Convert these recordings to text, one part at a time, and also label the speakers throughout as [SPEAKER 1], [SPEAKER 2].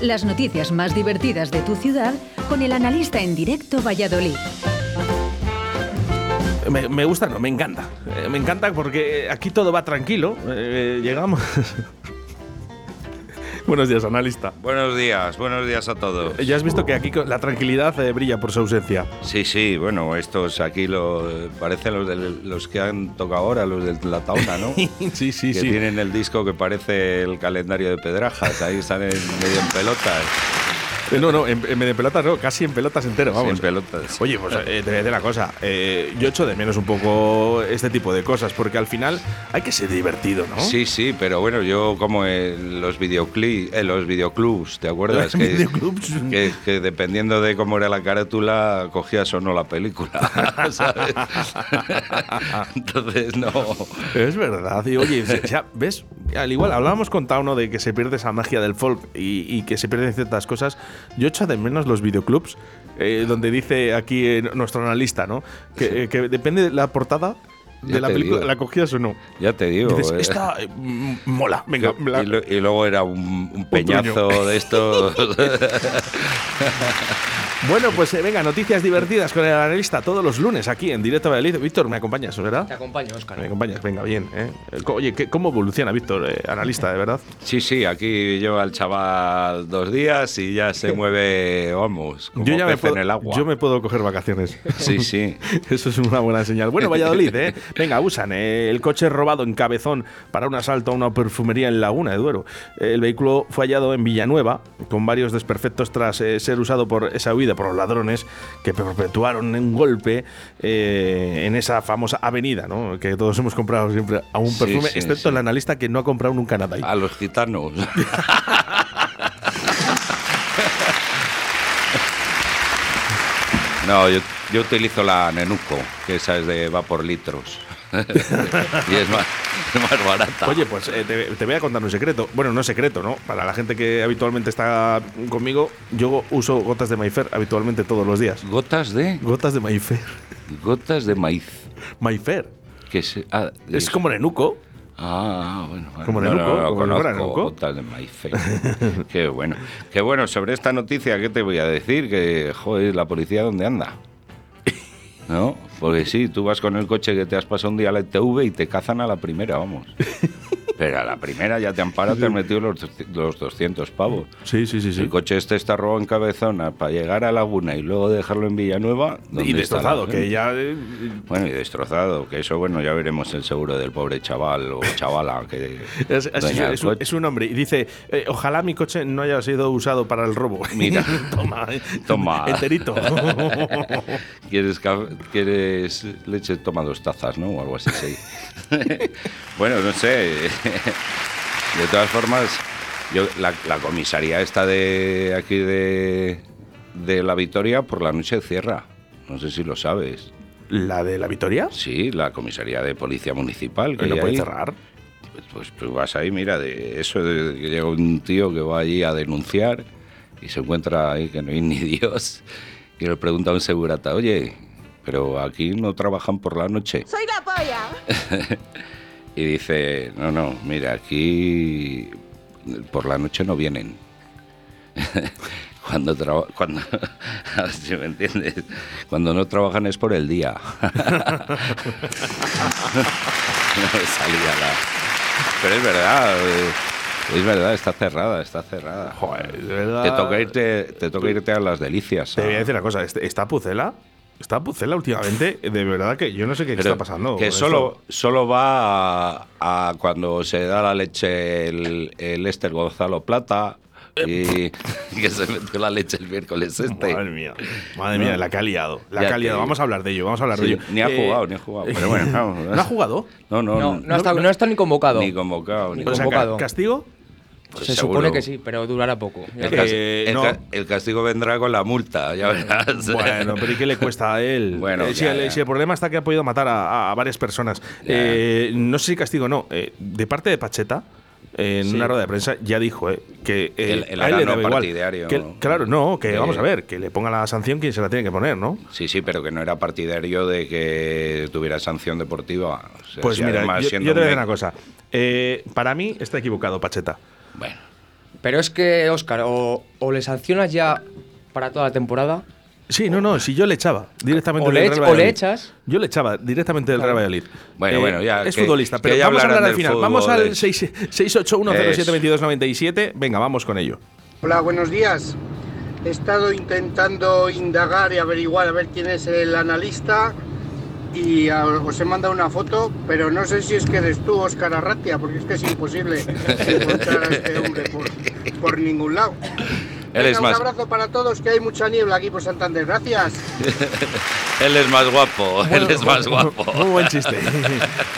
[SPEAKER 1] Las noticias más divertidas de tu ciudad con el analista en directo Valladolid.
[SPEAKER 2] Me, me gusta, no, me encanta. Eh, me encanta porque aquí todo va tranquilo. Eh, llegamos. Buenos días, analista.
[SPEAKER 3] Buenos días, buenos días a todos.
[SPEAKER 2] Ya has visto que aquí co- la tranquilidad eh, brilla por su ausencia.
[SPEAKER 3] Sí, sí, bueno, estos aquí lo, parecen los, del- los que han tocado ahora, los de la tauna, ¿no? que
[SPEAKER 2] sí, sí, sí.
[SPEAKER 3] tienen el disco que parece el calendario de Pedrajas, ahí están en- medio en pelotas.
[SPEAKER 2] Eh, no, no, en, en medio pelotas no, casi en pelotas entero, vamos.
[SPEAKER 3] en pelotas.
[SPEAKER 2] Oye, pues eh, te voy a decir una cosa. eh, yo echo de menos un poco este tipo de cosas porque al final hay que ser divertido, ¿no?
[SPEAKER 3] Sí, sí, pero bueno, yo como en los videoclubs, los videoclubs, ¿te acuerdas?
[SPEAKER 2] Los
[SPEAKER 3] Que-
[SPEAKER 2] videoclubs.
[SPEAKER 3] Que, que dependiendo de cómo era la carátula, cogías o no la película, ¿sabes? Entonces, no.
[SPEAKER 2] Es verdad. Y oye, o sea, ¿ves? Al igual, hablábamos con Tauno de que se pierde esa magia del folk y, y que se pierden ciertas cosas. Yo echo de menos los videoclubs, eh, donde dice aquí eh, nuestro analista, ¿no? Que, eh, que depende de la portada de
[SPEAKER 3] Ya
[SPEAKER 2] la
[SPEAKER 3] te
[SPEAKER 2] película,
[SPEAKER 3] digo.
[SPEAKER 2] ¿la cogías o no?
[SPEAKER 3] Ya te digo.
[SPEAKER 2] Dices,
[SPEAKER 3] eh.
[SPEAKER 2] esta eh, m- mola, venga,
[SPEAKER 3] Que-
[SPEAKER 2] me la-
[SPEAKER 3] y, lo- y luego era un, un peñazo de estos.
[SPEAKER 2] Bueno, pues eh, venga, noticias divertidas con el analista todos los lunes aquí en Directo Valladolid. Víctor, me acompañas,
[SPEAKER 4] Te
[SPEAKER 2] ¿verdad?
[SPEAKER 4] acompaño,
[SPEAKER 2] Me
[SPEAKER 4] Óscar.
[SPEAKER 2] acompañas, venga, bien. ¿eh? Oye, ¿qué- ¿cómo evoluciona Víctor, eh, analista, de verdad?
[SPEAKER 3] sí, sí, aquí lleva el chaval dos días y ya se mueve, vamos, como pez
[SPEAKER 2] puedo,
[SPEAKER 3] en el agua.
[SPEAKER 2] yo me puedo coger vacaciones.
[SPEAKER 3] Sí, sí.
[SPEAKER 2] Eso es una buena señal. Bueno, Valladolid, ¿eh? Venga, usan eh, el coche robado en Cabezón para un asalto a una perfumería en Laguna de Duero. El vehículo fue hallado en Villanueva con varios desperfectos tras eh, ser usado por esa huida por los ladrones que perpetuaron un golpe eh, en esa famosa avenida, ¿no? Que todos hemos comprado siempre a un
[SPEAKER 3] Sí,
[SPEAKER 2] perfume,
[SPEAKER 3] sí,
[SPEAKER 2] excepto
[SPEAKER 3] sí.
[SPEAKER 2] el analista que no ha comprado nunca nada ahí.
[SPEAKER 3] A los gitanos. No, yo, yo utilizo la Nenuco, que esa es de va por litros. y es más, es más barata.
[SPEAKER 2] Oye, pues eh, te, te voy a contar un secreto. Bueno, no secreto, ¿no? Para la gente que habitualmente está conmigo, yo uso gotas de Mayfair habitualmente todos los días.
[SPEAKER 3] gotas de
[SPEAKER 2] Gotas de Mayfair.
[SPEAKER 3] gotas de maíz.
[SPEAKER 2] Mayfair.
[SPEAKER 3] Que se- ah,
[SPEAKER 2] Es como Nenuco.
[SPEAKER 3] Ah, bueno. bueno.
[SPEAKER 2] Como
[SPEAKER 3] No,
[SPEAKER 2] Nenuco,
[SPEAKER 3] no, no,
[SPEAKER 2] como si fuera
[SPEAKER 3] conozco
[SPEAKER 2] Nenuco.
[SPEAKER 3] gotas de maíz. Qué bueno. Qué bueno, sobre esta noticia, ¿qué te voy a decir? Que, joder, la policía, ¿dónde anda? ¿No? Porque sí, tú vas con el coche que te has pasado un día a la ITV y te cazan a la primera, vamos. Pero a la primera ya te han parado, te han metido los, doci- los 200 pavos.
[SPEAKER 2] Sí, sí, sí,
[SPEAKER 3] El coche este está robado en Cabezona para llegar a Laguna y luego dejarlo en Villanueva. ¿dónde
[SPEAKER 2] Y
[SPEAKER 3] está la
[SPEAKER 2] destrozado,
[SPEAKER 3] gente?
[SPEAKER 2] que ya. eh,
[SPEAKER 3] Bueno, y destrozado, que eso, bueno, ya veremos el seguro del pobre chaval o chavala que
[SPEAKER 2] Es, es-
[SPEAKER 3] dueña del
[SPEAKER 2] es un,
[SPEAKER 3] coche.
[SPEAKER 2] es un hombre. Y dice: eh, Ojalá mi coche no haya sido usado para el robo.
[SPEAKER 3] Mira.
[SPEAKER 2] toma, eh,
[SPEAKER 3] Toma.
[SPEAKER 2] Enterito.
[SPEAKER 3] ¿Quieres, caf- quieres leche? Toma dos tazas, ¿no? O algo así. sí. bueno, no sé. De todas formas, yo, la, la comisaría esta de aquí de, de La Vitoria por la noche cierra. No sé si lo sabes.
[SPEAKER 2] ¿La de la Victoria?
[SPEAKER 3] Sí, la comisaría de policía municipal.
[SPEAKER 2] Que
[SPEAKER 3] hay
[SPEAKER 2] no puede
[SPEAKER 3] ahí.
[SPEAKER 2] cerrar.
[SPEAKER 3] Pues tú vas ahí, mira, de eso de que llega un tío que va allí a denunciar y se encuentra ahí que no hay ni Dios y le pregunta a un segurata, oye, pero aquí no trabajan por la noche.
[SPEAKER 5] Soy la polla.
[SPEAKER 3] Y dice, no, no, mira, aquí por la noche no vienen. Cuando, traba- cuando, a ver si me entiendes, cuando no trabajan es por el día. no me salía la... Pero es verdad, eh, es verdad, está cerrada, está cerrada.
[SPEAKER 2] Joder, de verdad.
[SPEAKER 3] Te toca irte, te toca irte a las delicias.
[SPEAKER 2] Te voy a
[SPEAKER 3] a-
[SPEAKER 2] decir una cosa, este- esta pucela, esta pucela últimamente, de verdad que yo no sé qué
[SPEAKER 3] Pero
[SPEAKER 2] está pasando.
[SPEAKER 3] Que
[SPEAKER 2] con
[SPEAKER 3] solo,
[SPEAKER 2] esto.
[SPEAKER 3] solo va a, a cuando se da la leche el, el Esther Gonzalo Plata
[SPEAKER 4] Eh.
[SPEAKER 3] y que se metió la leche el miércoles este.
[SPEAKER 2] Madre mía, madre mía,
[SPEAKER 3] No.
[SPEAKER 2] la que ha liado. La
[SPEAKER 3] Ya
[SPEAKER 2] que ha
[SPEAKER 3] te
[SPEAKER 2] liado.
[SPEAKER 3] digo.
[SPEAKER 2] Vamos a hablar de ello, vamos a hablar de
[SPEAKER 3] Sí,
[SPEAKER 2] ello.
[SPEAKER 3] ni ha
[SPEAKER 2] Eh,
[SPEAKER 3] jugado, ni ha jugado. Pero bueno, vamos.
[SPEAKER 2] ¿No ha jugado?
[SPEAKER 3] No, no,
[SPEAKER 4] No,
[SPEAKER 3] no.
[SPEAKER 4] no, está, no está ni convocado.
[SPEAKER 3] Ni convocado, ni
[SPEAKER 4] Ni
[SPEAKER 2] O sea,
[SPEAKER 3] convocado.
[SPEAKER 4] convocado.
[SPEAKER 2] ca- ¿Castigo?
[SPEAKER 3] Pues
[SPEAKER 4] Se
[SPEAKER 3] seguro.
[SPEAKER 4] supone que sí, pero durará poco.
[SPEAKER 2] Eh,
[SPEAKER 3] El,
[SPEAKER 4] Ya verás.
[SPEAKER 3] cas- el
[SPEAKER 2] no.
[SPEAKER 3] ca- el castigo vendrá con la multa, ya verás.
[SPEAKER 2] Bueno, pero ¿y qué le cuesta a él?
[SPEAKER 3] Bueno,
[SPEAKER 2] Eh, si,
[SPEAKER 3] ya,
[SPEAKER 2] el,
[SPEAKER 3] ya.
[SPEAKER 2] si el problema está que ha podido matar a, a- a varias personas. Eh, no sé si castigo o no. Eh, de parte de Pacheta, eh, en
[SPEAKER 4] Sí.
[SPEAKER 2] una rueda de prensa, ya dijo eh, que eh,
[SPEAKER 3] El- el
[SPEAKER 2] a él le
[SPEAKER 3] arano
[SPEAKER 2] daba igual.
[SPEAKER 3] partidario.
[SPEAKER 2] Que- claro, no, que
[SPEAKER 3] Eh.
[SPEAKER 2] vamos a ver, que le ponga la sanción quien se la tiene que poner, ¿no?
[SPEAKER 3] Sí, sí, pero que no era partidario de que tuviera sanción deportiva. O sea,
[SPEAKER 2] Pues
[SPEAKER 3] si
[SPEAKER 2] mira,
[SPEAKER 3] además
[SPEAKER 2] yo, yo
[SPEAKER 3] siendo
[SPEAKER 2] te voy a
[SPEAKER 3] un
[SPEAKER 2] decir
[SPEAKER 3] ex-
[SPEAKER 2] una cosa. Eh, para mí está equivocado Pacheta.
[SPEAKER 3] Bueno.
[SPEAKER 4] Pero es que, Óscar, o, o le sancionas ya para toda la temporada.
[SPEAKER 2] Sí, no, no, si yo le echaba directamente
[SPEAKER 4] O
[SPEAKER 2] del
[SPEAKER 4] le
[SPEAKER 2] Real
[SPEAKER 4] ech- o
[SPEAKER 2] Valladolid.
[SPEAKER 4] le echas.
[SPEAKER 2] Yo le echaba directamente del Real Valladolid. Eh,
[SPEAKER 3] Bueno, bueno, ya,
[SPEAKER 2] Es
[SPEAKER 3] que-
[SPEAKER 2] futbolista,
[SPEAKER 3] que
[SPEAKER 2] pero
[SPEAKER 3] ya
[SPEAKER 2] vamos a hablar
[SPEAKER 3] hablarán
[SPEAKER 2] al
[SPEAKER 3] del
[SPEAKER 2] final.
[SPEAKER 3] fútbol,
[SPEAKER 2] vamos al
[SPEAKER 3] de-
[SPEAKER 2] 6- 681072297. Venga, vamos con ello.
[SPEAKER 5] Hola, buenos días. He estado intentando indagar y averiguar a ver quién es el analista y a- os he mandado una foto, pero no sé si es que eres tú, Óscar Arratia, porque es que es imposible encontrar a este hombre por, por ningún lado.
[SPEAKER 3] Él es
[SPEAKER 5] Venga,
[SPEAKER 3] más,
[SPEAKER 5] Un abrazo para todos, que hay mucha niebla aquí por Santander. Gracias.
[SPEAKER 3] él es más guapo, él
[SPEAKER 2] Bueno,
[SPEAKER 3] es más
[SPEAKER 2] muy- Muy
[SPEAKER 3] guapo.
[SPEAKER 2] buen chiste.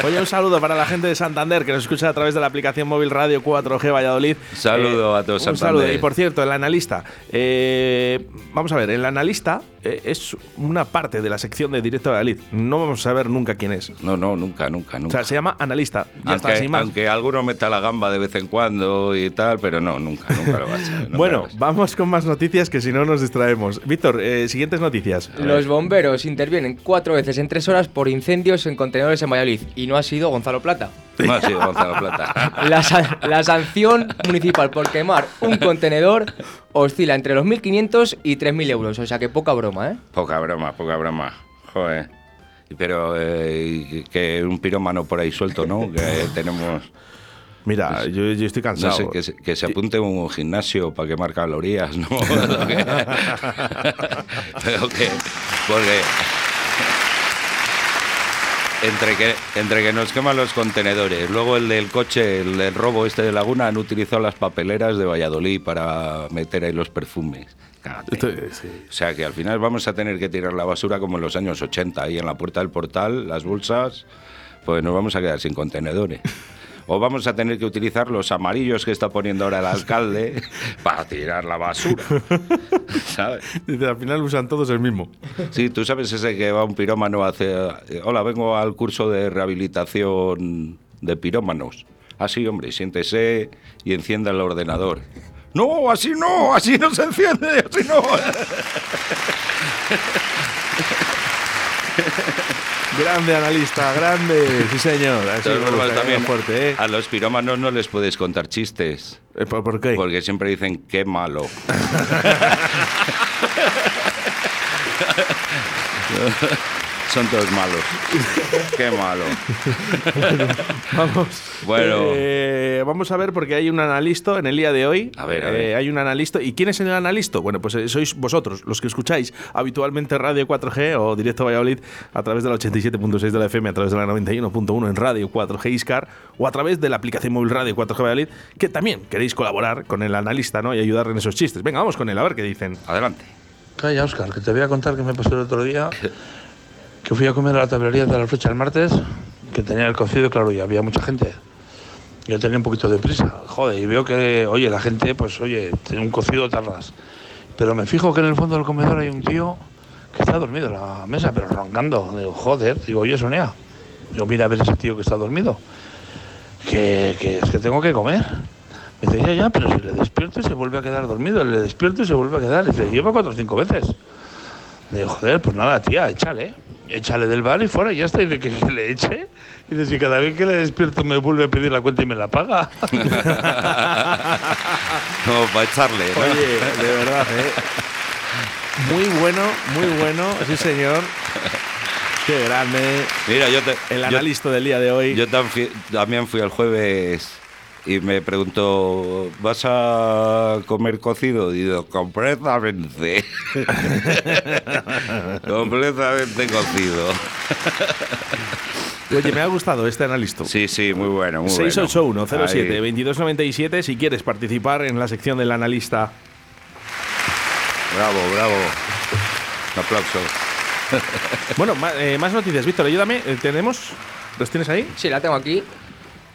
[SPEAKER 2] Oye, un saludo para la gente de Santander que nos escucha a través de la aplicación móvil Radio 4G Valladolid. Eh,
[SPEAKER 3] Saludo a todos,
[SPEAKER 2] Un
[SPEAKER 3] Santander.
[SPEAKER 2] saludo. Y por cierto, el analista. eh, vamos a ver, el analista eh, es una parte de la sección de Directo Valladolid. No vamos a saber nunca quién es.
[SPEAKER 3] No, no, nunca, nunca,
[SPEAKER 2] O
[SPEAKER 3] nunca.
[SPEAKER 2] sea, se llama analista. Ya está,
[SPEAKER 3] aunque,
[SPEAKER 2] sin más.
[SPEAKER 3] aunque alguno meta la gamba de vez en cuando y tal, pero no, nunca, nunca lo va a ser. nunca lo
[SPEAKER 2] bueno,
[SPEAKER 3] va a ser.
[SPEAKER 2] vamos con más noticias que si no nos distraemos. Víctor, eh, siguientes noticias.
[SPEAKER 4] Los bomberos intervienen cuatro veces en tres horas por incendios en contenedores en Valladolid. Y no ha sido Gonzalo Plata.
[SPEAKER 3] No ha sido Gonzalo Plata.
[SPEAKER 4] La, sa- la sanción municipal por quemar un contenedor oscila entre los 1.500 y 3.000 euros. O sea que poca broma, ¿eh?
[SPEAKER 3] Poca broma, poca broma. Joder. Pero eh, que un pirómano por ahí suelto, ¿no? Que tenemos.
[SPEAKER 2] Mira, yo, yo estoy
[SPEAKER 3] Pues No
[SPEAKER 2] cansado.
[SPEAKER 3] sé, que se, que se apunte a un gimnasio para quemar calorías, ¿no? Lo que- Pero que. Porque. Entre que, entre que nos queman los contenedores, luego el del coche, el del robo este de Laguna, han utilizado las papeleras de Valladolid para meter ahí los perfumes. Cágate.
[SPEAKER 2] Esto- sí.
[SPEAKER 3] O sea que al final vamos a tener que tirar la basura como en los años 80, ahí en la puerta del portal, las bolsas, pues nos vamos a quedar sin contenedores. O vamos a tener que utilizar los amarillos que está poniendo ahora el alcalde para tirar la basura. ¿Sabes?
[SPEAKER 2] Dice, Al final usan todos el mismo.
[SPEAKER 3] Sí, tú sabes ese que va un pirómano hace. Hola, vengo al curso de rehabilitación de pirómanos. Así, hombre, siéntese y encienda el ordenador. No, así no, así no se enciende, así no.
[SPEAKER 2] Grande analista, grande. Sí, señor. Así
[SPEAKER 3] Entonces,
[SPEAKER 2] me gusta,
[SPEAKER 3] bueno,
[SPEAKER 2] que
[SPEAKER 3] también Ah.
[SPEAKER 2] venga fuerte, ¿eh?
[SPEAKER 3] A los pirómanos no les puedes contar chistes.
[SPEAKER 2] Eh, ¿Por, por qué?
[SPEAKER 3] Porque siempre dicen, qué malo. Son todos malos. qué malo.
[SPEAKER 2] Vamos.
[SPEAKER 3] Bueno.
[SPEAKER 2] Eh, vamos a ver, porque hay un analista en el día de hoy.
[SPEAKER 3] A ver, a
[SPEAKER 2] Eh,
[SPEAKER 3] ver.
[SPEAKER 2] hay un analista. ¿Y quién es el analista? Bueno, pues eh, sois vosotros, los que escucháis habitualmente Radio 4G o Directo Valladolid a través de la 87.6 de la FM, a través de la 91.1 en Radio 4G Iscar o a través de la aplicación móvil Radio 4G Valladolid, que también queréis colaborar con el analista ¿no? y ayudar en esos chistes. Venga, vamos con él, a ver qué dicen.
[SPEAKER 3] Adelante.
[SPEAKER 6] Calla, Oscar, que te voy a contar que me pasó el otro día. Que fui a comer a la tablería de la flecha el martes, que tenía el cocido, claro, y había mucha gente. Yo tenía un poquito de prisa, joder, y veo que, oye, la gente, pues, oye, tiene un cocido tardas. Pero me fijo que en el fondo del comedor hay un tío que está dormido en la mesa, pero roncando. Digo, joder, digo, oye, Sonia, digo, mira a ver ese tío que está dormido. Que, que es que tengo que comer. Me dice, ya, ya, pero si le despierto y se vuelve a quedar dormido, le despierto y se vuelve a quedar. Dice, lleva cuatro o cinco veces. Le digo, joder, pues nada, tía, échale. Échale del bar y fuera, y ya está. Y de que, que le eche. Y dice, si cada vez que le despierto me vuelve a pedir la cuenta y me la paga.
[SPEAKER 3] Como para echarle. ¿no?
[SPEAKER 2] Oye, de verdad, ¿eh? Muy bueno, muy bueno, sí señor. Qué grande.
[SPEAKER 3] Mira, yo te,
[SPEAKER 2] El
[SPEAKER 3] yo-
[SPEAKER 2] analista del día de hoy.
[SPEAKER 3] Yo tan fi- también fui el jueves y me preguntó, ¿vas a comer cocido? Y digo, completamente. completamente cocido.
[SPEAKER 2] Oye, me ha gustado este analista.
[SPEAKER 3] Sí, sí, muy bueno, muy bueno.
[SPEAKER 2] 68107
[SPEAKER 3] Ahí.
[SPEAKER 2] 2297 si quieres participar en la sección del analista.
[SPEAKER 3] Bravo, bravo. Un aplauso.
[SPEAKER 2] Bueno, ma- eh, más noticias, Víctor, ayúdame. eh, ¿Tenemos? ¿Los tienes ahí?
[SPEAKER 4] Sí, la tengo aquí.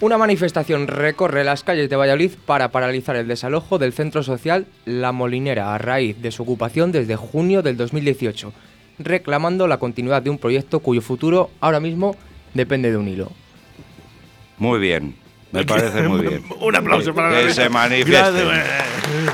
[SPEAKER 4] Una manifestación recorre las calles de Valladolid para paralizar el desalojo del centro social La Molinera a raíz de su ocupación desde junio del 2018, reclamando la continuidad de un proyecto cuyo futuro ahora mismo depende de un hilo.
[SPEAKER 3] Muy bien. Me parece muy bien.
[SPEAKER 2] Un aplauso para
[SPEAKER 3] Que
[SPEAKER 2] la
[SPEAKER 3] se
[SPEAKER 2] Grande,
[SPEAKER 3] manifiesten.
[SPEAKER 2] bueno.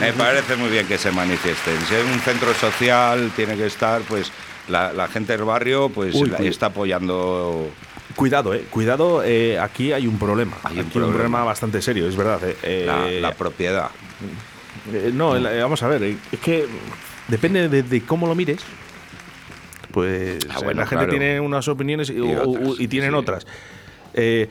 [SPEAKER 3] Me parece muy bien que se manifiesten. Si hay un centro social, tiene que estar, pues, la, la gente del barrio, pues,
[SPEAKER 2] Uy,
[SPEAKER 3] la-
[SPEAKER 2] cuida-
[SPEAKER 3] está apoyando
[SPEAKER 2] Cuidado, eh, cuidado, eh, aquí hay un problema.
[SPEAKER 3] Hay un
[SPEAKER 2] Aquí
[SPEAKER 3] problema.
[SPEAKER 2] bastante serio, es verdad. eh. Eh,
[SPEAKER 3] La, la propiedad.
[SPEAKER 2] eh, no, el- eh, vamos a ver, eh, es que depende de, de cómo lo mires. Pues
[SPEAKER 3] Ah,
[SPEAKER 2] eh,
[SPEAKER 3] bueno,
[SPEAKER 2] la gente
[SPEAKER 3] claro.
[SPEAKER 2] tiene unas opiniones y,
[SPEAKER 3] Y
[SPEAKER 2] u- u-
[SPEAKER 3] otras,
[SPEAKER 2] y tienen
[SPEAKER 3] sí.
[SPEAKER 2] otras. Eh,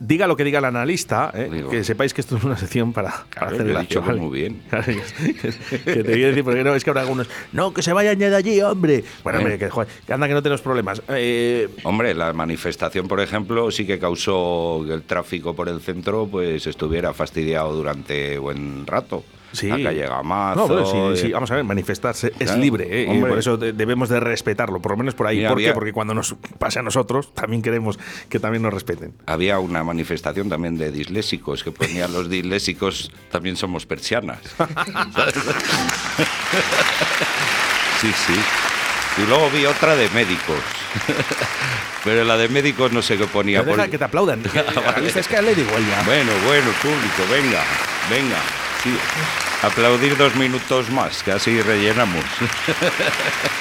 [SPEAKER 2] diga lo que diga el analista, eh,
[SPEAKER 3] Digo.
[SPEAKER 2] que sepáis que esto es una sección para, para
[SPEAKER 3] Claro,
[SPEAKER 2] hacer
[SPEAKER 3] lo
[SPEAKER 2] el
[SPEAKER 3] ha dicho
[SPEAKER 2] chaval.
[SPEAKER 3] muy bien.
[SPEAKER 2] Claro, que que te voy a decir, porque no, es que habrá algunos. No, que se vayan ya de allí, hombre. Bueno,
[SPEAKER 3] Eh.
[SPEAKER 2] hombre, que, joder, que anda que no tenemos problemas. Eh,
[SPEAKER 3] Hombre, la manifestación, por ejemplo, sí que causó que el tráfico por el centro pues estuviera fastidiado durante buen rato.
[SPEAKER 2] Sí.
[SPEAKER 3] La calle Gamazo.
[SPEAKER 2] No, bueno, sí,
[SPEAKER 3] eh,
[SPEAKER 2] sí, vamos a ver, manifestarse es
[SPEAKER 3] Claro,
[SPEAKER 2] libre, ¿eh? y
[SPEAKER 3] hombre.
[SPEAKER 2] por eso de- debemos de respetarlo, por lo menos por ahí.
[SPEAKER 3] Mira,
[SPEAKER 2] ¿Por
[SPEAKER 3] había-
[SPEAKER 2] qué? Porque cuando nos pase a nosotros, también queremos que también nos respeten.
[SPEAKER 3] Había una manifestación también de disléxicos que ponían los disléxicos también somos persianas. sí, sí. Y luego vi otra de médicos. Pero la de médicos no sé qué ponía.
[SPEAKER 2] Pero deja
[SPEAKER 3] pon-
[SPEAKER 2] que te aplaudan. que-
[SPEAKER 3] vale.
[SPEAKER 2] Es que le digo ya.
[SPEAKER 3] Bueno, bueno, público, venga, venga. Sí. Aplaudir dos minutos más, que así rellenamos.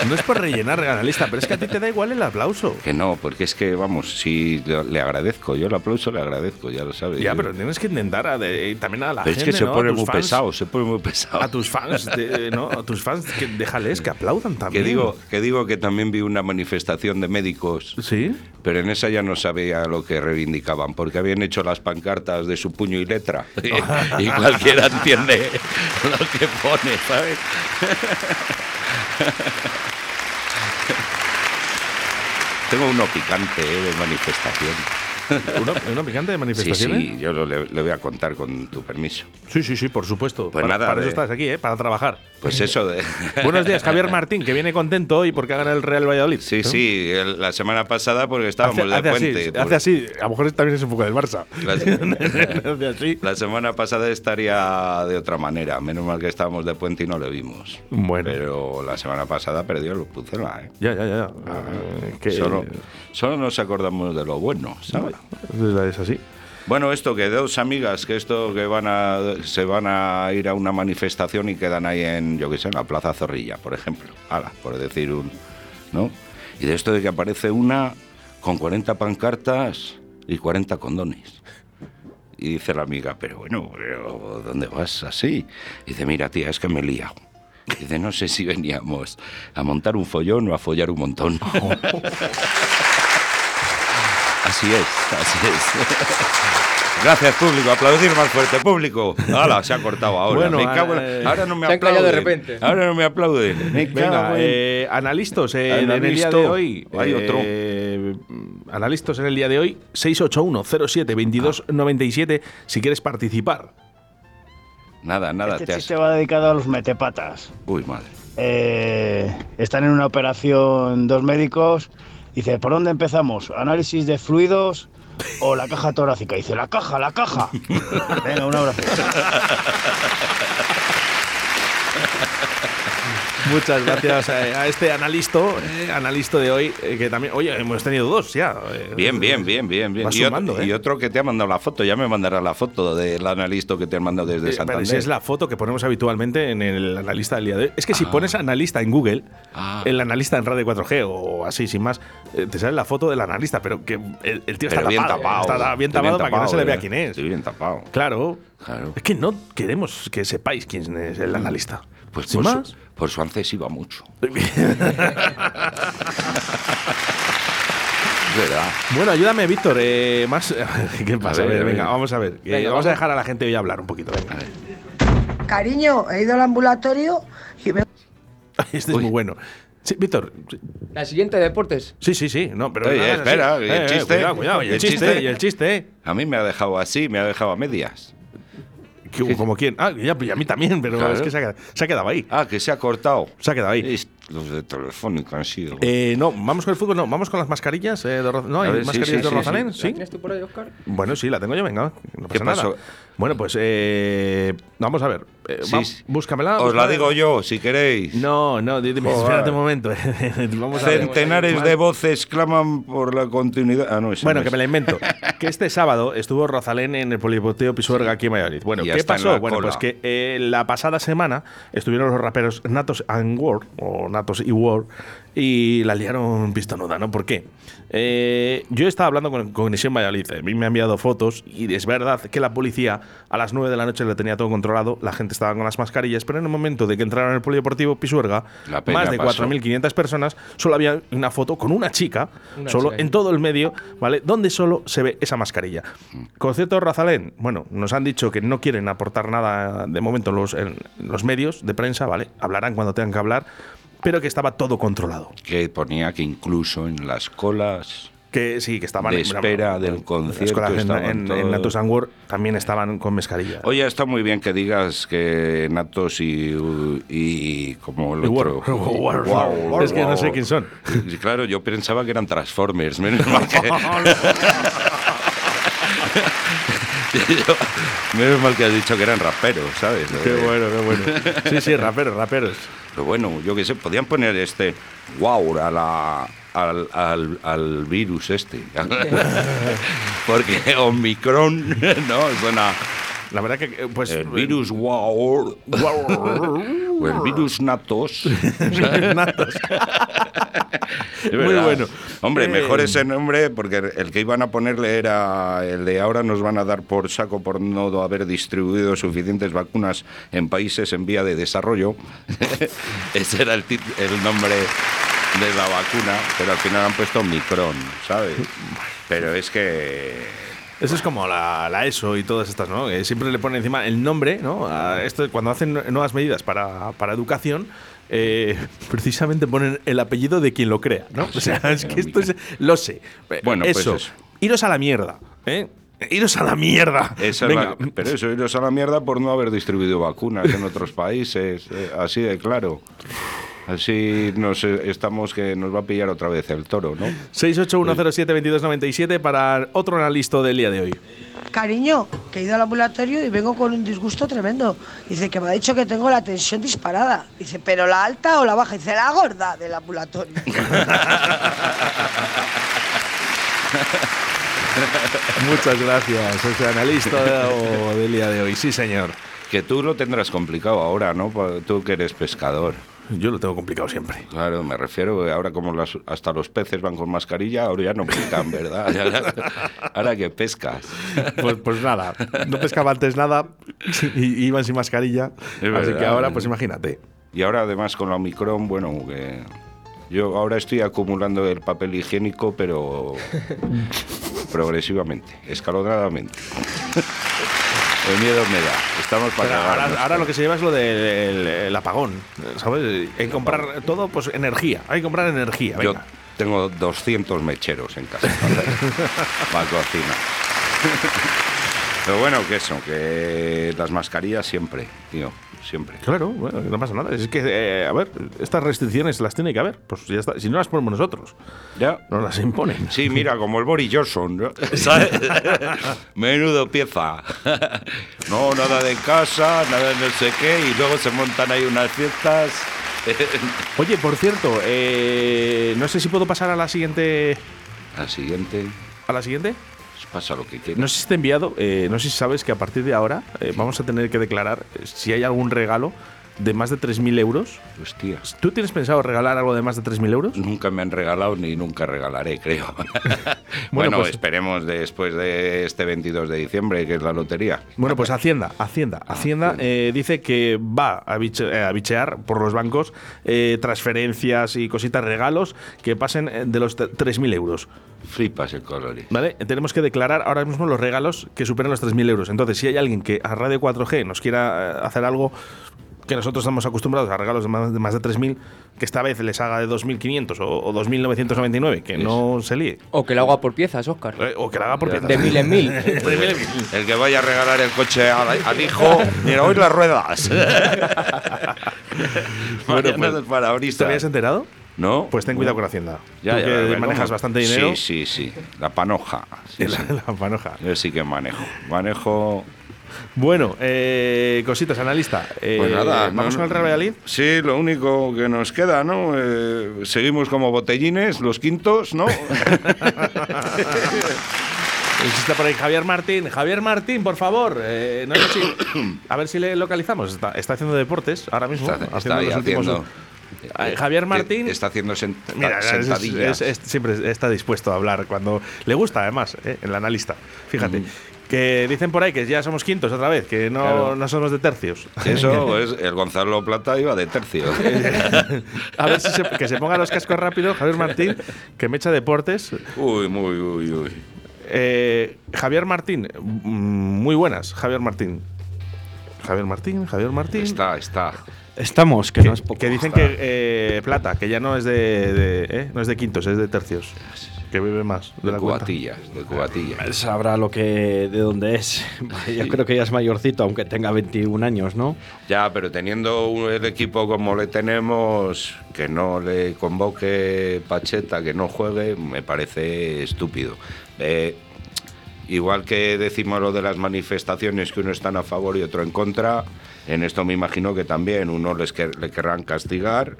[SPEAKER 2] No es por rellenar analista, pero es que a ti te da igual el aplauso.
[SPEAKER 3] Que no, porque es que, vamos, sí, le le agradezco. Yo el aplauso le agradezco, ya lo sabes.
[SPEAKER 2] Ya,
[SPEAKER 3] Yo-
[SPEAKER 2] pero tienes que intentar a de- también a la
[SPEAKER 3] Pero es
[SPEAKER 2] gente.
[SPEAKER 3] que se
[SPEAKER 2] ¿no? A
[SPEAKER 3] pone
[SPEAKER 2] tus
[SPEAKER 3] muy
[SPEAKER 2] fans-
[SPEAKER 3] pesado, se pone muy pesado.
[SPEAKER 2] A tus fans, de- ¿no? A tus fans, que déjales que aplaudan
[SPEAKER 3] Que
[SPEAKER 2] también.
[SPEAKER 3] digo, que digo que también vi una manifestación de médicos,
[SPEAKER 2] Sí.
[SPEAKER 3] pero en esa ya no sabía lo que reivindicaban, porque habían hecho las pancartas de su puño y letra. y cualquiera entiende lo que pone, ¿sabes? Tengo uno picante ¿eh? de manifestación.
[SPEAKER 2] Una, una picante de
[SPEAKER 3] Sí,
[SPEAKER 2] manifestaciones.
[SPEAKER 3] sí, yo lo, le, le voy a contar con tu permiso.
[SPEAKER 2] Sí, sí, sí, por supuesto.
[SPEAKER 3] Pues
[SPEAKER 2] para
[SPEAKER 3] nada,
[SPEAKER 2] para
[SPEAKER 3] de-
[SPEAKER 2] eso estás aquí, ¿eh? para trabajar.
[SPEAKER 3] Pues eso de...
[SPEAKER 2] Buenos días, Javier Martín, que viene contento hoy porque ha ganado el Real Valladolid.
[SPEAKER 3] Sí,
[SPEAKER 2] ¿no?
[SPEAKER 3] sí, el- la semana pasada porque estábamos
[SPEAKER 2] Hace,
[SPEAKER 3] de
[SPEAKER 2] hace así,
[SPEAKER 3] puente.
[SPEAKER 2] hace
[SPEAKER 3] por-
[SPEAKER 2] así. A lo mejor este también es un poco del Barça.
[SPEAKER 3] La-
[SPEAKER 2] hace así.
[SPEAKER 3] La semana pasada estaría de otra manera. Menos mal que estábamos de puente y no lo vimos.
[SPEAKER 2] Bueno.
[SPEAKER 3] Pero la semana pasada perdió el Pucela, ¿eh?
[SPEAKER 2] Ya, ya, ya. Eh, que- Ah,
[SPEAKER 3] Solo, solo nos acordamos de lo bueno, ¿sabes?
[SPEAKER 2] Bueno, Es así.
[SPEAKER 3] Bueno, esto que dos amigas, que esto que van a, se van a ir a una manifestación y quedan ahí en, yo qué sé, en la Plaza Zorrilla, por ejemplo. Ala, por decir un. ¿No? Y de esto de que aparece una con 40 pancartas y 40 condones. Y dice la amiga, pero bueno, pero ¿dónde vas así? Y dice, mira, tía, es que me he liado. Y dice, no sé si veníamos a montar un follón o a follar un montón. así es, así es. Gracias, público. Aplaudir más fuerte, público. Hala, se ha cortado ahora.
[SPEAKER 2] Bueno,
[SPEAKER 3] Me cago en-
[SPEAKER 2] eh,
[SPEAKER 3] ahora no me
[SPEAKER 4] se han
[SPEAKER 3] aplauden.
[SPEAKER 4] callado de repente.
[SPEAKER 3] Ahora no me aplauden. Me
[SPEAKER 2] Venga,
[SPEAKER 3] cago en-
[SPEAKER 2] eh, analistas eh, en el día
[SPEAKER 3] Analisto.
[SPEAKER 2] de hoy.
[SPEAKER 3] Hay otro.
[SPEAKER 2] eh, analistas en el día de hoy, 681-07-2297, si quieres participar.
[SPEAKER 3] Nada, nada.
[SPEAKER 7] Este
[SPEAKER 3] te has-
[SPEAKER 7] chiste va dedicado a los metepatas.
[SPEAKER 3] Uy, madre.
[SPEAKER 7] Eh, están en una operación dos médicos. Dice, ¿por dónde empezamos? ¿Análisis de fluidos o la caja torácica? Dice, la caja, la caja. Venga, un abrazo.
[SPEAKER 2] Muchas gracias eh, a este analista, analista de hoy, eh, que también. Oye, hemos tenido dos ya. eh.
[SPEAKER 3] Bien, bien, bien, bien, bien.
[SPEAKER 2] Va
[SPEAKER 3] Y, ot-
[SPEAKER 2] sumando, ¿eh?
[SPEAKER 3] y otro que te ha mandado la foto, ya me mandará la foto del analista que te han mandado desde
[SPEAKER 2] Eh, pero
[SPEAKER 3] Santander.
[SPEAKER 2] si es la foto que ponemos habitualmente en el analista del día de hoy. Es que si pones analista en Google,
[SPEAKER 3] Ah.
[SPEAKER 2] el analista en Radio 4G o así, sin más, eh, te sale la foto del analista, pero que el, el tío
[SPEAKER 3] Pero
[SPEAKER 2] está
[SPEAKER 3] bien
[SPEAKER 2] tapado,
[SPEAKER 3] tapado.
[SPEAKER 2] Está bien
[SPEAKER 3] Estoy
[SPEAKER 2] tapado
[SPEAKER 3] bien
[SPEAKER 2] para que no se le
[SPEAKER 3] tapado,
[SPEAKER 2] vea
[SPEAKER 3] eh.
[SPEAKER 2] quién es.
[SPEAKER 3] Estoy bien tapado.
[SPEAKER 2] Claro.
[SPEAKER 3] Claro.
[SPEAKER 2] Es que no queremos que sepáis quién es el analista.
[SPEAKER 3] Pues
[SPEAKER 2] sin
[SPEAKER 3] por,
[SPEAKER 2] más.
[SPEAKER 3] Su, por su antes iba mucho. Es ¿Verdad?
[SPEAKER 2] Bueno, ayúdame, Víctor. eh, más. ¿Qué pasa?
[SPEAKER 3] A ver,
[SPEAKER 2] A ver,
[SPEAKER 3] a ver.
[SPEAKER 2] venga, vamos a ver. Eh,
[SPEAKER 4] Venga,
[SPEAKER 2] vamos
[SPEAKER 4] vamos.
[SPEAKER 2] a dejar a la gente hoy hablar un poquito. Venga.
[SPEAKER 8] Cariño, he ido al ambulatorio y me
[SPEAKER 2] Este es muy bueno. Sí, Víctor,
[SPEAKER 4] La siguiente, deportes.
[SPEAKER 2] sí, sí, sí, no, pero
[SPEAKER 3] Oye,
[SPEAKER 2] no hagas así.
[SPEAKER 3] espera, y el chiste,
[SPEAKER 2] Eh, cuidado, cuidado, y el,
[SPEAKER 3] y el
[SPEAKER 2] chiste,
[SPEAKER 3] chiste.
[SPEAKER 2] y el chiste, eh.
[SPEAKER 3] A mí me ha dejado así, me ha dejado a medias.
[SPEAKER 2] Que- como quién? Ah, ya, pues, y a mí también, pero
[SPEAKER 3] Claro.
[SPEAKER 2] es que se ha, quedado, se ha quedado ahí.
[SPEAKER 3] Ah, que se ha cortado.
[SPEAKER 2] Se ha quedado ahí.
[SPEAKER 3] Es- Los de Telefónica han sido.
[SPEAKER 2] Eh, no, vamos con el fútbol, no, vamos con las mascarillas eh, de Ro- ¿No
[SPEAKER 3] A
[SPEAKER 2] hay
[SPEAKER 3] ver, sí,
[SPEAKER 2] mascarillas
[SPEAKER 3] sí,
[SPEAKER 2] de
[SPEAKER 3] sí,
[SPEAKER 2] Rosalén?
[SPEAKER 4] ¿La
[SPEAKER 2] Sí,
[SPEAKER 4] tienes tú por ahí, Oscar?
[SPEAKER 2] Bueno, sí, la tengo yo, venga. No pasa
[SPEAKER 3] ¿Qué pasó?
[SPEAKER 2] nada. Bueno, pues eh, vamos a ver. eh,
[SPEAKER 3] Sí,
[SPEAKER 2] va-
[SPEAKER 3] sí.
[SPEAKER 2] búscamela.
[SPEAKER 3] Os la
[SPEAKER 2] búscamela.
[SPEAKER 3] digo yo, si queréis.
[SPEAKER 2] No, no, di- dime,
[SPEAKER 3] Joder.
[SPEAKER 2] espérate un momento. vamos a ver.
[SPEAKER 3] Centenares de voces claman por la continuidad. Ah, no, ese
[SPEAKER 2] Bueno,
[SPEAKER 3] no
[SPEAKER 2] que
[SPEAKER 3] es.
[SPEAKER 2] me la invento. Que este sábado estuvo Rosalén en el Polideportivo Pisuerga aquí en Valladolid. Bueno,
[SPEAKER 3] Y ya
[SPEAKER 2] ¿qué
[SPEAKER 3] está en
[SPEAKER 2] pasó?
[SPEAKER 3] la
[SPEAKER 2] Bueno,
[SPEAKER 3] cola.
[SPEAKER 2] pues que eh, la pasada semana estuvieron los raperos Natos and Word, o Natos y War y la liaron pistonuda, ¿no? ¿Por qué? Eh, yo estaba hablando con Conexión Valladolid, a mí me ha enviado fotos y es verdad que la policía a las 9 de la noche lo tenía todo controlado, la gente estaba con las mascarillas, pero en el momento de que entraron al polideportivo Pisuerga,
[SPEAKER 3] La peña
[SPEAKER 2] más de
[SPEAKER 3] pasó.
[SPEAKER 2] 4.500 personas, solo había una foto con una chica,
[SPEAKER 4] Una
[SPEAKER 2] solo
[SPEAKER 4] chica.
[SPEAKER 2] en todo el medio, ¿vale? Donde solo se ve esa mascarilla.
[SPEAKER 3] Mm.
[SPEAKER 2] Concierto Razalén, bueno, nos han dicho que no quieren aportar nada de momento los, en los medios de prensa, ¿vale? Hablarán cuando tengan que hablar, pero que estaba todo controlado.
[SPEAKER 3] Que ponía que incluso en las colas.
[SPEAKER 2] Que sí, que estaban
[SPEAKER 3] De espera del
[SPEAKER 2] en las
[SPEAKER 3] concierto,
[SPEAKER 2] colas En,
[SPEAKER 3] estaban
[SPEAKER 2] en,
[SPEAKER 3] todos-
[SPEAKER 2] en Natus and War también estaban con mascarilla.
[SPEAKER 3] Oye, está muy bien que digas que Natos y, y como el
[SPEAKER 2] Y War.
[SPEAKER 3] otro.
[SPEAKER 2] War.
[SPEAKER 3] Wow, wow,
[SPEAKER 2] Es que no sé
[SPEAKER 3] wow.
[SPEAKER 2] quién son.
[SPEAKER 3] Y Claro, yo pensaba que eran Transformers, menos mal que. Yo- menos mal que has dicho que eran raperos, ¿sabes? Eh,
[SPEAKER 2] Qué bueno, qué bueno. Sí, sí, raperos, raperos.
[SPEAKER 3] Pero bueno, yo qué sé, podían poner este wow a la- al, al- al virus este. Porque Omicron, ¿no? Suena.
[SPEAKER 2] La verdad que, eh, pues.
[SPEAKER 3] El virus wow. o el virus natos.
[SPEAKER 2] Natos.
[SPEAKER 3] Es
[SPEAKER 2] Muy
[SPEAKER 3] verdad.
[SPEAKER 2] bueno.
[SPEAKER 3] Hombre,
[SPEAKER 2] Eh,
[SPEAKER 3] mejor ese nombre porque el que iban a ponerle era el de ahora nos van a dar por saco por no haber distribuido suficientes vacunas en países en vía de desarrollo. ese era el, tit- el nombre de la vacuna, pero al final han puesto Omicron, ¿sabes? Pero es que
[SPEAKER 2] Eso es como la, la ESO y todas estas, ¿no? Que siempre le ponen encima el nombre, ¿no? A esto, cuando hacen nuevas medidas para, para educación, eh, precisamente ponen el apellido de quien lo crea, ¿no? O sea, es que esto es. Lo sé. Eh,
[SPEAKER 3] Bueno, pues
[SPEAKER 2] eso.
[SPEAKER 3] eso.
[SPEAKER 2] Iros a la mierda, ¿eh? Iros a la mierda.
[SPEAKER 3] Esa es
[SPEAKER 2] Venga.
[SPEAKER 3] la- pero eso, iros a la mierda por no haber distribuido vacunas en otros países, eh, así de claro. Así nos eh, estamos que nos va a pillar otra vez el toro, ¿no?
[SPEAKER 2] 681072297 para otro analista del día de hoy.
[SPEAKER 8] Cariño, que he ido al ambulatorio y vengo con un disgusto tremendo. Dice que me ha dicho que tengo la tensión disparada. Dice, pero la alta o la baja. Dice, la gorda del ambulatorio.
[SPEAKER 2] Muchas gracias, ese analista o del día de hoy. Sí, señor.
[SPEAKER 3] Que tú lo tendrás complicado ahora, ¿no? Pa- Tú que eres pescador.
[SPEAKER 2] Yo lo tengo complicado siempre.
[SPEAKER 3] Claro, me refiero, eh, ahora como las- hasta los peces van con mascarilla, ahora ya no pescan, ¿verdad? Y Ahora, ahora que pescas.
[SPEAKER 2] Pues, pues nada, no pescaba antes nada y iban sin mascarilla.
[SPEAKER 3] Es
[SPEAKER 2] así
[SPEAKER 3] verdad.
[SPEAKER 2] que ahora, pues imagínate.
[SPEAKER 3] Y ahora además con la Omicron, bueno, que yo ahora estoy acumulando el papel higiénico, pero progresivamente, escalonadamente. El miedo me da. Estamos para
[SPEAKER 2] Pero ahora,
[SPEAKER 3] cagarnos.
[SPEAKER 2] ahora lo que se lleva es lo del el apagón, ¿sabes? En comprar todo, pues energía. Hay que comprar energía.
[SPEAKER 3] Yo
[SPEAKER 2] Venga.
[SPEAKER 3] tengo 200 mecheros en casa para la cocina. Pero bueno, que eso, que las mascarillas siempre, tío, siempre.
[SPEAKER 2] Claro, bueno, que no pasa nada. Es que, eh, a ver, estas restricciones las tiene que haber. Pues ya está. Si no las ponemos nosotros,
[SPEAKER 3] Ya.
[SPEAKER 2] no las imponen.
[SPEAKER 3] Sí, mira, como el Boris Johnson, ¿no? ¿sabes? Menudo pieza. No, nada de casa, nada de no sé qué, y luego se montan ahí unas fiestas.
[SPEAKER 2] Oye, por cierto, eh, no sé si puedo pasar a la siguiente.
[SPEAKER 3] Al siguiente, pues
[SPEAKER 2] ¿A la siguiente?
[SPEAKER 3] pasa lo que
[SPEAKER 2] No
[SPEAKER 3] quieras.
[SPEAKER 2] sé si te he enviado, eh, no sé si sabes que a partir de ahora eh, vamos a tener que declarar eh, si hay algún regalo de más de 3.000 euros.
[SPEAKER 3] Hostia.
[SPEAKER 2] ¿Tú tienes pensado regalar algo de más de 3.000 euros?
[SPEAKER 3] Nunca me han regalado ni nunca regalaré, creo. bueno,
[SPEAKER 2] pues-
[SPEAKER 3] esperemos después de este 22 de diciembre, que es la lotería.
[SPEAKER 2] Bueno, pues Hacienda, Hacienda, Hacienda eh, dice que va a, biche- eh, a bichear por los bancos eh, transferencias y cositas, regalos que pasen eh, de los t- 3.000 euros.
[SPEAKER 3] Flipas el color.
[SPEAKER 2] ¿Vale? Tenemos que declarar ahora mismo los regalos que superen los 3.000 euros. Entonces, si hay alguien que a Radio 4G nos quiera eh, hacer algo que nosotros estamos acostumbrados a regalos de más de, más de 3.000, que esta vez les haga de 2.500 o, o 2.999, que no se líe.
[SPEAKER 4] O que lo haga por piezas, Oscar.
[SPEAKER 2] Eh, O que la haga por
[SPEAKER 3] Ya.
[SPEAKER 2] piezas.
[SPEAKER 4] De mil en mil.
[SPEAKER 3] El que vaya a regalar el coche al, al hijo, mira, hoy las ruedas. bueno,
[SPEAKER 2] pues,
[SPEAKER 3] pues,
[SPEAKER 2] ¿Te habías enterado?
[SPEAKER 3] ¿No?
[SPEAKER 2] Pues ten cuidado con Hacienda. Tú que
[SPEAKER 3] bueno.
[SPEAKER 2] manejas bastante dinero.
[SPEAKER 3] Sí, sí, sí. La panoja. Sí,
[SPEAKER 2] La,
[SPEAKER 3] sí.
[SPEAKER 2] la panoja.
[SPEAKER 3] Yo sí que manejo. Manejo.
[SPEAKER 2] Bueno, eh, cositas, analista. Eh,
[SPEAKER 3] Pues nada.
[SPEAKER 2] ¿Vamos
[SPEAKER 3] no-
[SPEAKER 2] con el Real Valladolid?
[SPEAKER 3] Sí, lo único que nos queda, ¿no? Eh, seguimos como botellines, los quintos, ¿no?
[SPEAKER 2] Está por ahí Javier Martín. Javier Martín, por favor. eh, no sé si- a ver si le localizamos. Está, está haciendo deportes ahora mismo.
[SPEAKER 3] Está- está ahí haciendo.
[SPEAKER 2] Ay,
[SPEAKER 3] eh,
[SPEAKER 2] Javier
[SPEAKER 3] que
[SPEAKER 2] Martín-
[SPEAKER 3] Está haciendo sent-
[SPEAKER 2] Mira, es-
[SPEAKER 3] sentadillas.
[SPEAKER 2] es- es- siempre está dispuesto a hablar cuando le gusta, además, ¿eh? el analista. Fíjate.
[SPEAKER 3] Mm.
[SPEAKER 2] Que dicen por ahí que ya somos quintos otra vez, que no,
[SPEAKER 3] Claro.
[SPEAKER 2] no somos de tercios.
[SPEAKER 3] Eso es el Gonzalo Plata iba de tercio.
[SPEAKER 2] a ver si se, que se ponga los cascos rápido, Javier Martín, que me echa deportes.
[SPEAKER 3] uy, muy, uy, uy.
[SPEAKER 2] Eh, Javier Martín, mm, muy buenas, Javier Martín. Javier Martín, Javier Martín.
[SPEAKER 3] Está, está.
[SPEAKER 9] Estamos, que,
[SPEAKER 2] que,
[SPEAKER 9] no es poco.
[SPEAKER 2] que dicen que eh, plata, que ya no es de, de- ¿eh? no es de quintos, es de tercios. Que bebe más de,
[SPEAKER 3] De
[SPEAKER 2] la cuenta.
[SPEAKER 3] cubatillas, de cubatillas.
[SPEAKER 9] Sabrá lo que de dónde es. Yo creo que ya es mayorcito, aunque tenga 21 años, ¿no?
[SPEAKER 3] Ya, pero teniendo un- el equipo como le tenemos, que no le convoque Pacheta, que no juegue, me parece estúpido. Eh, igual que decimos lo de las manifestaciones, que uno están a favor y otro en contra, en esto me imagino que también uno les que- le querrán castigar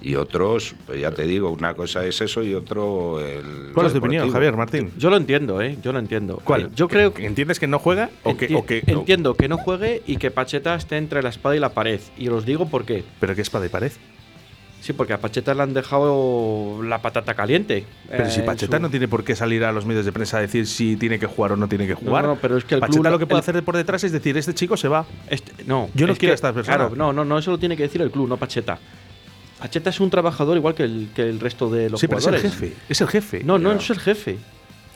[SPEAKER 3] y otros, pues ya te digo, una cosa es eso y otro el... pues,
[SPEAKER 2] ¿Cuál es tu opinión,
[SPEAKER 3] deportivo.
[SPEAKER 2] Javier Martín?
[SPEAKER 9] Yo lo entiendo, ¿eh? Yo lo entiendo. Eh,
[SPEAKER 2] ¿Cuál?
[SPEAKER 9] Yo creo
[SPEAKER 2] que. ¿Entiendes que no juega o que.?
[SPEAKER 9] Enti-
[SPEAKER 2] o que- o-
[SPEAKER 9] entiendo que no juegue y que Pacheta esté entre la espada y la pared. Y os digo por qué.
[SPEAKER 2] pero que es para de pared.
[SPEAKER 9] Sí, porque a Pacheta le han dejado la patata caliente.
[SPEAKER 2] Pero
[SPEAKER 9] Eh,
[SPEAKER 2] si
[SPEAKER 9] en
[SPEAKER 2] Pacheta
[SPEAKER 9] su-
[SPEAKER 2] no tiene por qué salir a los medios de prensa a decir si tiene que jugar o no tiene que jugar.
[SPEAKER 9] no, pero es que el
[SPEAKER 2] Pacheta
[SPEAKER 9] club-
[SPEAKER 2] lo que puede
[SPEAKER 9] el-
[SPEAKER 2] hacer de por detrás es decir, este chico se va.
[SPEAKER 9] Este- no,
[SPEAKER 2] Yo no
[SPEAKER 9] es que-
[SPEAKER 2] quiero a estas personas.
[SPEAKER 9] Claro, no, no, no, eso lo tiene que decir el club, no Pacheta. Pacheta es un trabajador igual que el, que el resto de los
[SPEAKER 2] Sí, pero es el
[SPEAKER 9] jugadores.
[SPEAKER 2] jefe. Es el jefe.
[SPEAKER 9] No, no, es el jefe.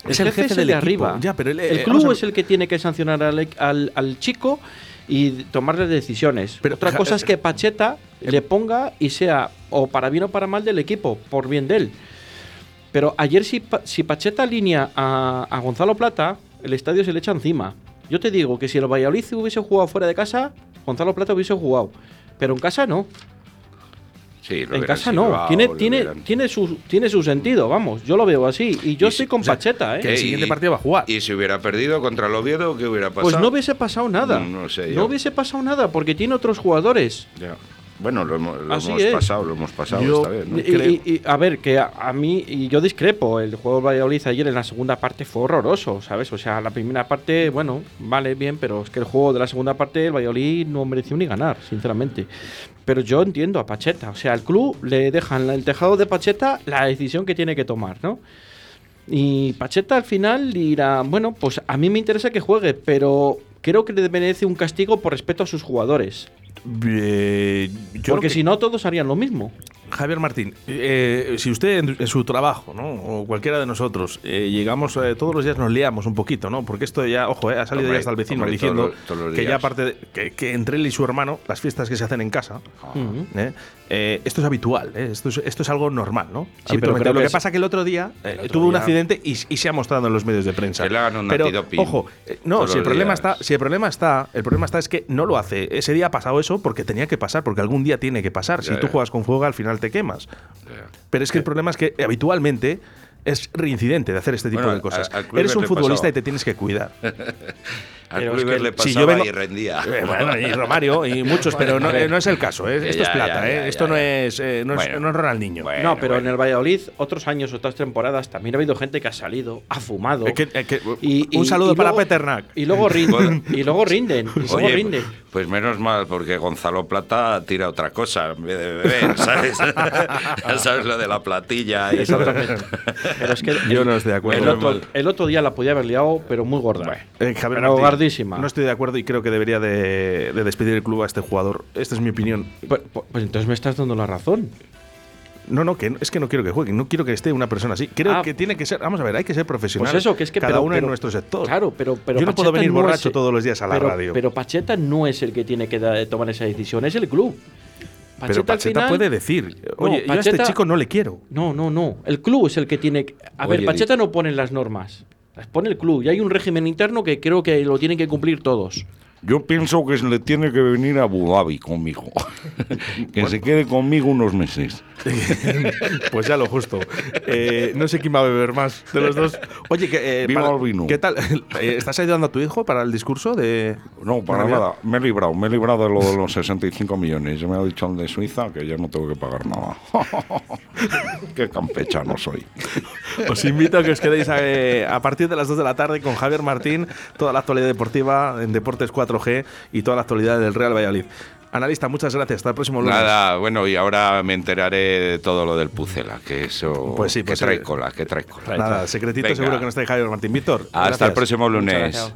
[SPEAKER 2] Es el jefe del
[SPEAKER 9] de
[SPEAKER 2] equipo.
[SPEAKER 9] arriba.
[SPEAKER 2] Ya, pero él, eh,
[SPEAKER 9] el
[SPEAKER 2] eh,
[SPEAKER 9] club
[SPEAKER 2] vamos a-
[SPEAKER 9] es el que tiene que sancionar al, al- al chico y tomarle decisiones.
[SPEAKER 2] Pero,
[SPEAKER 9] Otra
[SPEAKER 2] ja- eh,
[SPEAKER 9] cosa es que Pacheta le ponga y sea o para bien o para mal del equipo, por bien de él. Pero ayer si, Pa- si Pacheta alinea a, a Gonzalo Plata, el estadio se le echa encima. Yo te digo que si el Valladolid hubiese jugado fuera de casa, Gonzalo Plata hubiese jugado. Pero en casa no.
[SPEAKER 3] Sí, lo
[SPEAKER 9] En
[SPEAKER 3] hubieran
[SPEAKER 9] casa no,
[SPEAKER 3] silbado,
[SPEAKER 9] tiene,
[SPEAKER 3] lo
[SPEAKER 9] tiene,
[SPEAKER 3] hubieran-
[SPEAKER 9] tiene, su, tiene su sentido, vamos, yo lo veo así. Y yo
[SPEAKER 3] Y
[SPEAKER 9] estoy
[SPEAKER 3] si-
[SPEAKER 9] con
[SPEAKER 3] o sea,
[SPEAKER 9] Pacheta,
[SPEAKER 2] que
[SPEAKER 9] ¿eh?
[SPEAKER 2] el
[SPEAKER 3] Eh,
[SPEAKER 2] siguiente
[SPEAKER 3] y-
[SPEAKER 2] partido va a jugar.
[SPEAKER 3] Y si hubiera perdido contra el Oviedo, ¿qué hubiera pasado?
[SPEAKER 9] Pues no hubiese pasado nada.
[SPEAKER 3] No sé
[SPEAKER 9] No
[SPEAKER 3] yo.
[SPEAKER 9] hubiese pasado nada porque tiene otros jugadores.
[SPEAKER 3] Ya. Bueno, lo, hemos- lo
[SPEAKER 9] Así
[SPEAKER 3] hemos
[SPEAKER 9] es.
[SPEAKER 3] pasado, lo hemos pasado
[SPEAKER 2] Yo-
[SPEAKER 3] esta vez. ¿no?
[SPEAKER 9] Y, y- y- a ver, que a, a mí, y yo discrepo, el juego de Valladolid ayer en la segunda parte fue horroroso, ¿sabes? O sea, la primera parte, bueno, vale, bien, pero es que el juego de la segunda parte, el Valladolid no mereció ni ganar, sinceramente. Pero yo entiendo a Pacheta, o sea, al club le dejan el tejado de Pacheta la decisión que tiene que tomar, ¿no? Y Pacheta al final dirá, bueno, pues a mí me interesa que juegue, pero creo que le merece un castigo por respeto a sus jugadores.
[SPEAKER 2] Eh, yo
[SPEAKER 9] porque
[SPEAKER 2] lo que-
[SPEAKER 9] si no, todos harían lo mismo.
[SPEAKER 2] Javier Martín, eh, si usted en, en su trabajo, ¿no? o cualquiera de nosotros, eh, llegamos, eh, todos los días nos liamos un poquito, ¿no? porque esto ya, ojo, eh, ha salido
[SPEAKER 3] Hombre,
[SPEAKER 2] ya hasta el vecino
[SPEAKER 3] hombre,
[SPEAKER 2] diciendo
[SPEAKER 3] todos los- todos los
[SPEAKER 2] que ya
[SPEAKER 3] días.
[SPEAKER 2] aparte, de- que, que entre él y su hermano, las fiestas que se hacen en casa,
[SPEAKER 9] Ujú.
[SPEAKER 2] ¿eh? Eh, esto es habitual, ¿eh? esto, es, esto es algo normal. ¿no?
[SPEAKER 9] Sí, pero
[SPEAKER 2] Habitualmente.
[SPEAKER 9] creo
[SPEAKER 2] Lo
[SPEAKER 9] que
[SPEAKER 2] que,
[SPEAKER 9] es-
[SPEAKER 2] pasa que el otro día eh,
[SPEAKER 3] otro
[SPEAKER 2] tuvo un
[SPEAKER 3] día-
[SPEAKER 2] accidente y, y se ha mostrado en los medios de prensa.
[SPEAKER 3] Que le hagan un
[SPEAKER 2] pero,
[SPEAKER 3] antidoping
[SPEAKER 2] ojo, eh, no,
[SPEAKER 3] todos
[SPEAKER 2] si el
[SPEAKER 3] los
[SPEAKER 2] problema
[SPEAKER 3] días.
[SPEAKER 2] está, si el problema está, el problema está es que no lo hace. Ese día ha pasado eso porque tenía que pasar, porque algún día tiene que pasar. si
[SPEAKER 3] Ya,
[SPEAKER 2] tú
[SPEAKER 3] ya.
[SPEAKER 2] juegas con fuego, al final te quemas.
[SPEAKER 3] Ya. Eh.
[SPEAKER 2] Pero es que el problema es que habitualmente es reincidente de hacer este tipo
[SPEAKER 3] Bueno,
[SPEAKER 2] de cosas.
[SPEAKER 3] a- al Kluivert
[SPEAKER 2] Eres un
[SPEAKER 3] le
[SPEAKER 2] futbolista
[SPEAKER 3] pasaba.
[SPEAKER 2] y te tienes que cuidar. Eh,
[SPEAKER 3] Al
[SPEAKER 9] Pero es
[SPEAKER 3] Kluivert
[SPEAKER 9] que
[SPEAKER 3] le
[SPEAKER 2] si
[SPEAKER 3] pasaba
[SPEAKER 2] yo vengo-
[SPEAKER 3] y rendía.
[SPEAKER 2] Eh, bueno, y Romario y muchos, pero no, eh, no es el caso. ¿eh?
[SPEAKER 3] Ya,
[SPEAKER 2] Esto es
[SPEAKER 3] ya,
[SPEAKER 2] plata,
[SPEAKER 3] ya,
[SPEAKER 2] ¿eh?
[SPEAKER 3] ya,
[SPEAKER 2] esto
[SPEAKER 3] ya,
[SPEAKER 2] no,
[SPEAKER 3] ya.
[SPEAKER 2] Es, eh, no,
[SPEAKER 3] Bueno.
[SPEAKER 2] es, no es Ronaldinho.
[SPEAKER 3] Bueno,
[SPEAKER 9] No, pero
[SPEAKER 3] bueno.
[SPEAKER 9] en el Valladolid, otros años, otras temporadas, también ha habido gente que ha salido, ha fumado.
[SPEAKER 2] Eh, que- eh, que- un saludo para
[SPEAKER 9] luego-
[SPEAKER 2] Peternak.
[SPEAKER 9] Y luego rinden. y luego rinden. Y luego
[SPEAKER 3] Oye,
[SPEAKER 9] rinden.
[SPEAKER 3] pues- pues menos mal, porque Gonzalo Plata tira otra cosa en vez de beber, ¿sabes? ya sabes lo de la platilla. Y todo.
[SPEAKER 9] Pero es que el,
[SPEAKER 2] Yo no estoy de acuerdo.
[SPEAKER 9] el otro, el otro día la podía haber liado, pero muy gorda.
[SPEAKER 2] Eh, Javier
[SPEAKER 9] pero
[SPEAKER 2] Martín,
[SPEAKER 9] gordísima.
[SPEAKER 2] No estoy de acuerdo y creo que debería de, de despedir el club a este jugador. Esta es mi opinión.
[SPEAKER 9] Pues, pues- pues entonces me estás dando la razón.
[SPEAKER 2] No, no, que no- es que no quiero que juegue, no quiero que esté una persona así. Creo
[SPEAKER 9] Ah.
[SPEAKER 2] que tiene que ser, vamos a ver, hay que ser profesional.
[SPEAKER 9] Pues eso, que es que
[SPEAKER 2] cada
[SPEAKER 9] pero-
[SPEAKER 2] uno en
[SPEAKER 9] pero-
[SPEAKER 2] nuestro sector.
[SPEAKER 9] Claro, pero, pero
[SPEAKER 2] yo no
[SPEAKER 9] Pacheta
[SPEAKER 2] puedo venir
[SPEAKER 9] es
[SPEAKER 2] borracho
[SPEAKER 9] el-
[SPEAKER 2] todos los días a la
[SPEAKER 9] pero-
[SPEAKER 2] radio.
[SPEAKER 9] Pero Pacheta no es el que tiene que da- tomar esa decisión, es el club.
[SPEAKER 2] Pero
[SPEAKER 9] al
[SPEAKER 2] Pacheta
[SPEAKER 9] final-
[SPEAKER 2] puede decir,
[SPEAKER 9] No,
[SPEAKER 2] oye, yo a este
[SPEAKER 9] Pacheta-
[SPEAKER 2] chico no le quiero.
[SPEAKER 9] No, no, no. El club es el que tiene. que- A
[SPEAKER 3] Oye,
[SPEAKER 9] ver, Pacheta no pone las normas. Las pone el club. Y hay un régimen interno que creo que lo tienen que cumplir todos.
[SPEAKER 3] Yo pienso que se le tiene que venir a Abu Dhabi conmigo. que se quede conmigo unos meses.
[SPEAKER 2] Pues ya lo justo. Eh, no sé quién va a beber más de los dos. Oye, que, eh,
[SPEAKER 3] Viva
[SPEAKER 2] para-
[SPEAKER 3] el vino.
[SPEAKER 2] ¿qué tal? Eh, ¿Estás ayudando a tu hijo para el discurso de.?
[SPEAKER 3] No, para
[SPEAKER 2] de Navidad?
[SPEAKER 3] nada. Me he librado, me he librado de lo de los 65 millones. Ya me ha dicho el de Suiza que ya no tengo que pagar nada. Qué campechano soy.
[SPEAKER 2] Os invito a que os quedéis a, eh, a partir de las 2 de la tarde con Javier Martín, toda la actualidad deportiva en Deportes 4G y toda la actualidad del Real Valladolid. Analista, muchas gracias. Hasta el próximo lunes.
[SPEAKER 3] Nada, bueno, y ahora me enteraré de todo lo del Pucela, que eso.
[SPEAKER 2] Pues sí, pues
[SPEAKER 3] que trae
[SPEAKER 2] sí.
[SPEAKER 3] cola, que trae cola.
[SPEAKER 2] Nada, secretito
[SPEAKER 3] Venga.
[SPEAKER 2] seguro que nos trae Javier Martín. Víctor.
[SPEAKER 3] Hasta
[SPEAKER 2] gracias.
[SPEAKER 3] el próximo lunes.
[SPEAKER 4] gracias.